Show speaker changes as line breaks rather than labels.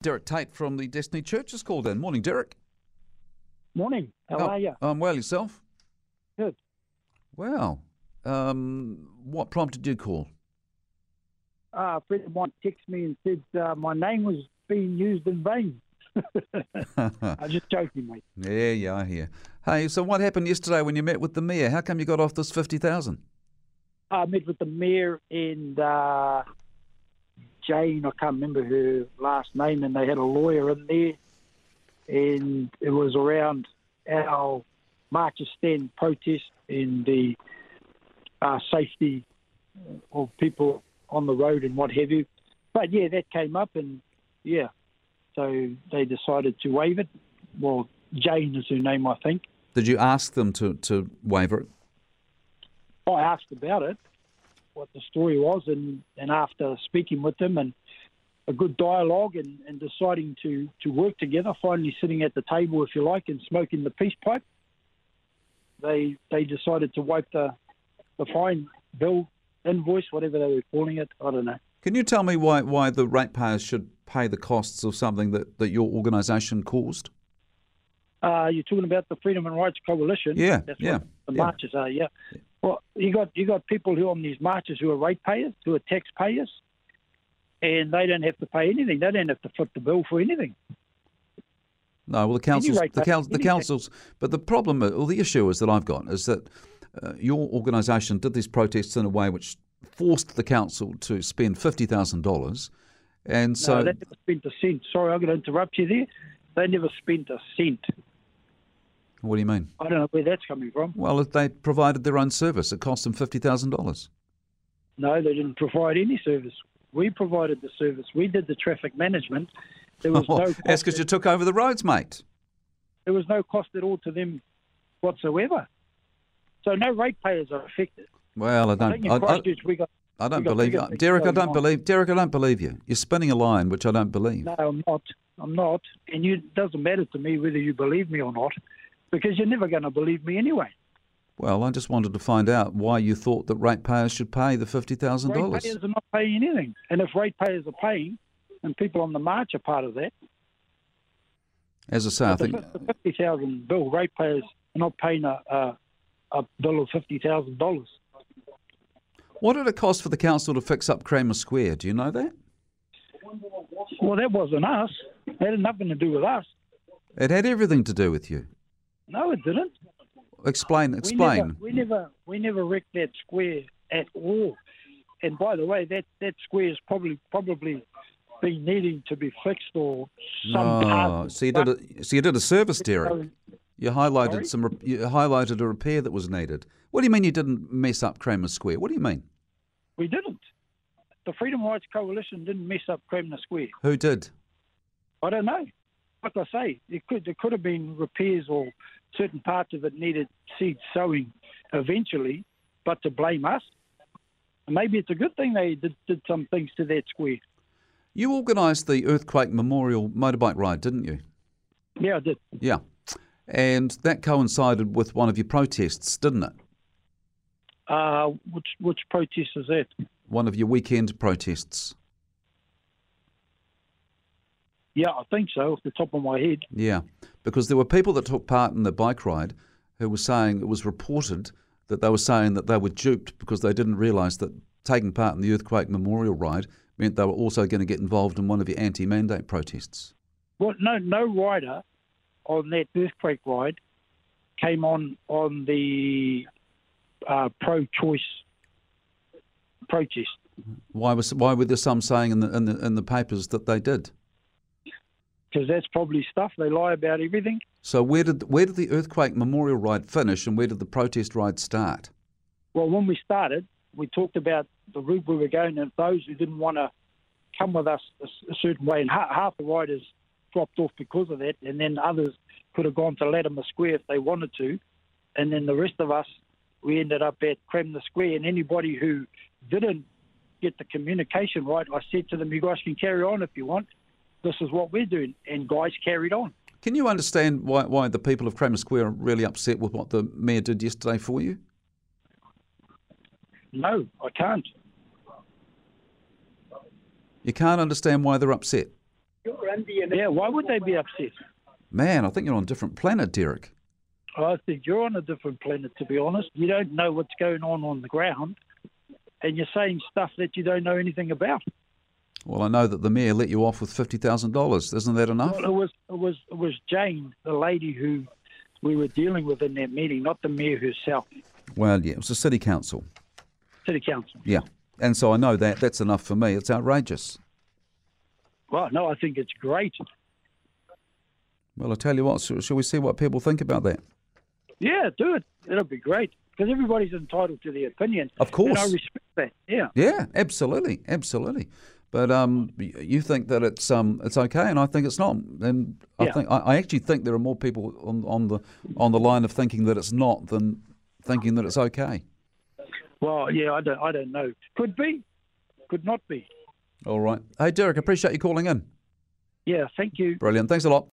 Derek Tate from the Destiny Church has called in. Morning, Derek.
Morning. How
Oh,
are you?
Um, well, yourself?
Good.
Well, um, what prompted you call?
Uh, a friend of mine texted me and said uh, my name was being used in vain. I was just joking, mate.
Yeah, yeah, I hear. Hey, so what happened yesterday when you met with the mayor? How come you got off this 50,000?
I met with the mayor and uh, Jane, I can't remember her last name, and they had a lawyer in there. And it was around our March of Stand protest and the uh, safety of people on the road and what have you. But yeah, that came up, and yeah, so they decided to waive it. Well, Jane is her name, I think.
Did you ask them to, to waiver it?
I asked about it, what the story was, and, and after speaking with them and a good dialogue and, and deciding to, to work together, finally sitting at the table, if you like, and smoking the peace pipe, they they decided to wipe the, the fine bill, invoice, whatever they were calling it. I don't know.
Can you tell me why, why the ratepayers should pay the costs of something that, that your organisation caused?
Uh, you're talking about the Freedom and Rights Coalition.
Yeah,
That's
yeah,
what the
yeah.
marches are, yeah. Well, you got you got people who are on these marches who are ratepayers, who are taxpayers, and they don't have to pay anything. They don't have to foot the bill for anything.
No, well, the councils,
rate
the,
that-
coun the
any-
councils, but the problem, or the issue is that I've got is that uh, your organisation did these protests in a way which forced the council to spend fifty thousand dollars, and so
no, they never spent a cent. Sorry, I'm going to interrupt you there. They never spent a cent.
what do you mean?
I don't know where that's coming from.
Well, if they provided their own service, it cost them fifty thousand dollars.
No, they didn't provide any service. We provided the service. We did the traffic management. There was no cost,
That's because you took over the roads, mate.
there was no cost at all to them whatsoever. So no ratepayers are affected.
Well, I
I
don't.
think in
I, I,
Christchurch we got
I don't
we've got
believe
bigger
you,
things
Derek. I
going
don't
on.
believe Derek. I don't believe you. You're spinning a line, which I don't believe.
No, I'm not. I'm not. And you, it doesn't matter to me whether you believe me or not, because you're never going to believe me anyway.
Well, I just wanted to find out why you thought that ratepayers should pay the fifty thousand dollars.
Ratepayers are not paying anything. And if ratepayers are paying, and people on the march are part of that,
As I say, I think
the fifty thousand bill ratepayers are not paying a a, a bill of fifty thousand dollars.
what did it cost for the council to fix up Cramer Square? Do you know that?
Well, that wasn't us. That had nothing to do with us.
It had everything to do with you.
No, it didn't.
Explain, explain.
We never, we never, we never wrecked that square at all. And by the way, that that square is probably probably been needing to be fixed or some
No,
part.
Oh, so you did a so you did a service, Derek.
Sorry?
You highlighted
Sorry?
some. rep- You highlighted a repair that was needed. What do you mean you didn't mess up Cramer Square? What do you mean?
We didn't. The Freedom Rights Coalition didn't mess up Cramner Square.
Who did?
I don't know. Like I say, it could there could have been repairs or certain parts of it needed seed sowing eventually, but to blame us, maybe it's a good thing they did, did some things to that square.
You organised the earthquake memorial motorbike ride, didn't you?
Yeah, I did.
Yeah, and that coincided with one of your protests, didn't it?
Uh, which which protest is that?
One of your weekend protests.
Yeah, I think so, off the top of my head.
Yeah, because there were people that took part in the bike ride who were saying it was reported that they were saying that they were duped because they didn't realise that taking part in the earthquake memorial ride meant they were also going to get involved in one of your anti-mandate protests.
Well, no, no rider on that earthquake ride came on on the uh, pro-choice protest.
Why was why were there some saying in the in the in the papers that they did?
because that's probably stuff they lie about everything.
So where did where did the earthquake memorial ride finish and where did the protest ride start?
Well, when we started, we talked about the route we were going and those who didn't want to come with us a, s- a certain way, and ha- half the riders dropped off because of that, and then others could have gone to Latimer Square if they wanted to, and then the rest of us, we ended up at Cramner Square, and anybody who didn't get the communication right, I said to them, you guys can carry on if you want. This is what we're doing, and guys carried on.
Can you understand why, why the people of Cramer Square are really upset with what the mayor did yesterday for you?
No, I can't.
You can't understand why they're upset.
You're Indian. Yeah, why would they be upset?
Man, I think you're on a different planet, Derek.
I think you're on a different planet, to be honest. You don't know what's going on on the ground, and you're saying stuff that you don't know anything about.
Well, I know that the mayor let you off with fifty thousand dollars. Isn't that enough?
Well, it was it was it was Jane, the lady who we were dealing with in that meeting, not the mayor herself,
Well, yeah, it was the city council.
city council.
Yeah, and so I know that that's enough for me. It's outrageous.
Well, no, I think it's great.
Well, I tell you what, sh- shall we see what people think about that?
Yeah, do it. It'll be great because everybody's entitled to their opinion.
Of course.
and I respect that. Yeah.
Yeah, absolutely, absolutely. But um, y- you think that it's um, it's okay, and I think it's not. And I
Yeah.
think I, I actually think there are more people on, on the on the line of thinking that it's not than thinking that it's okay.
Well, yeah, I don't, I don't know. Could be, could not be.
All right. Hey, Derek, appreciate you calling in.
Yeah, thank you.
Brilliant. Thanks a lot.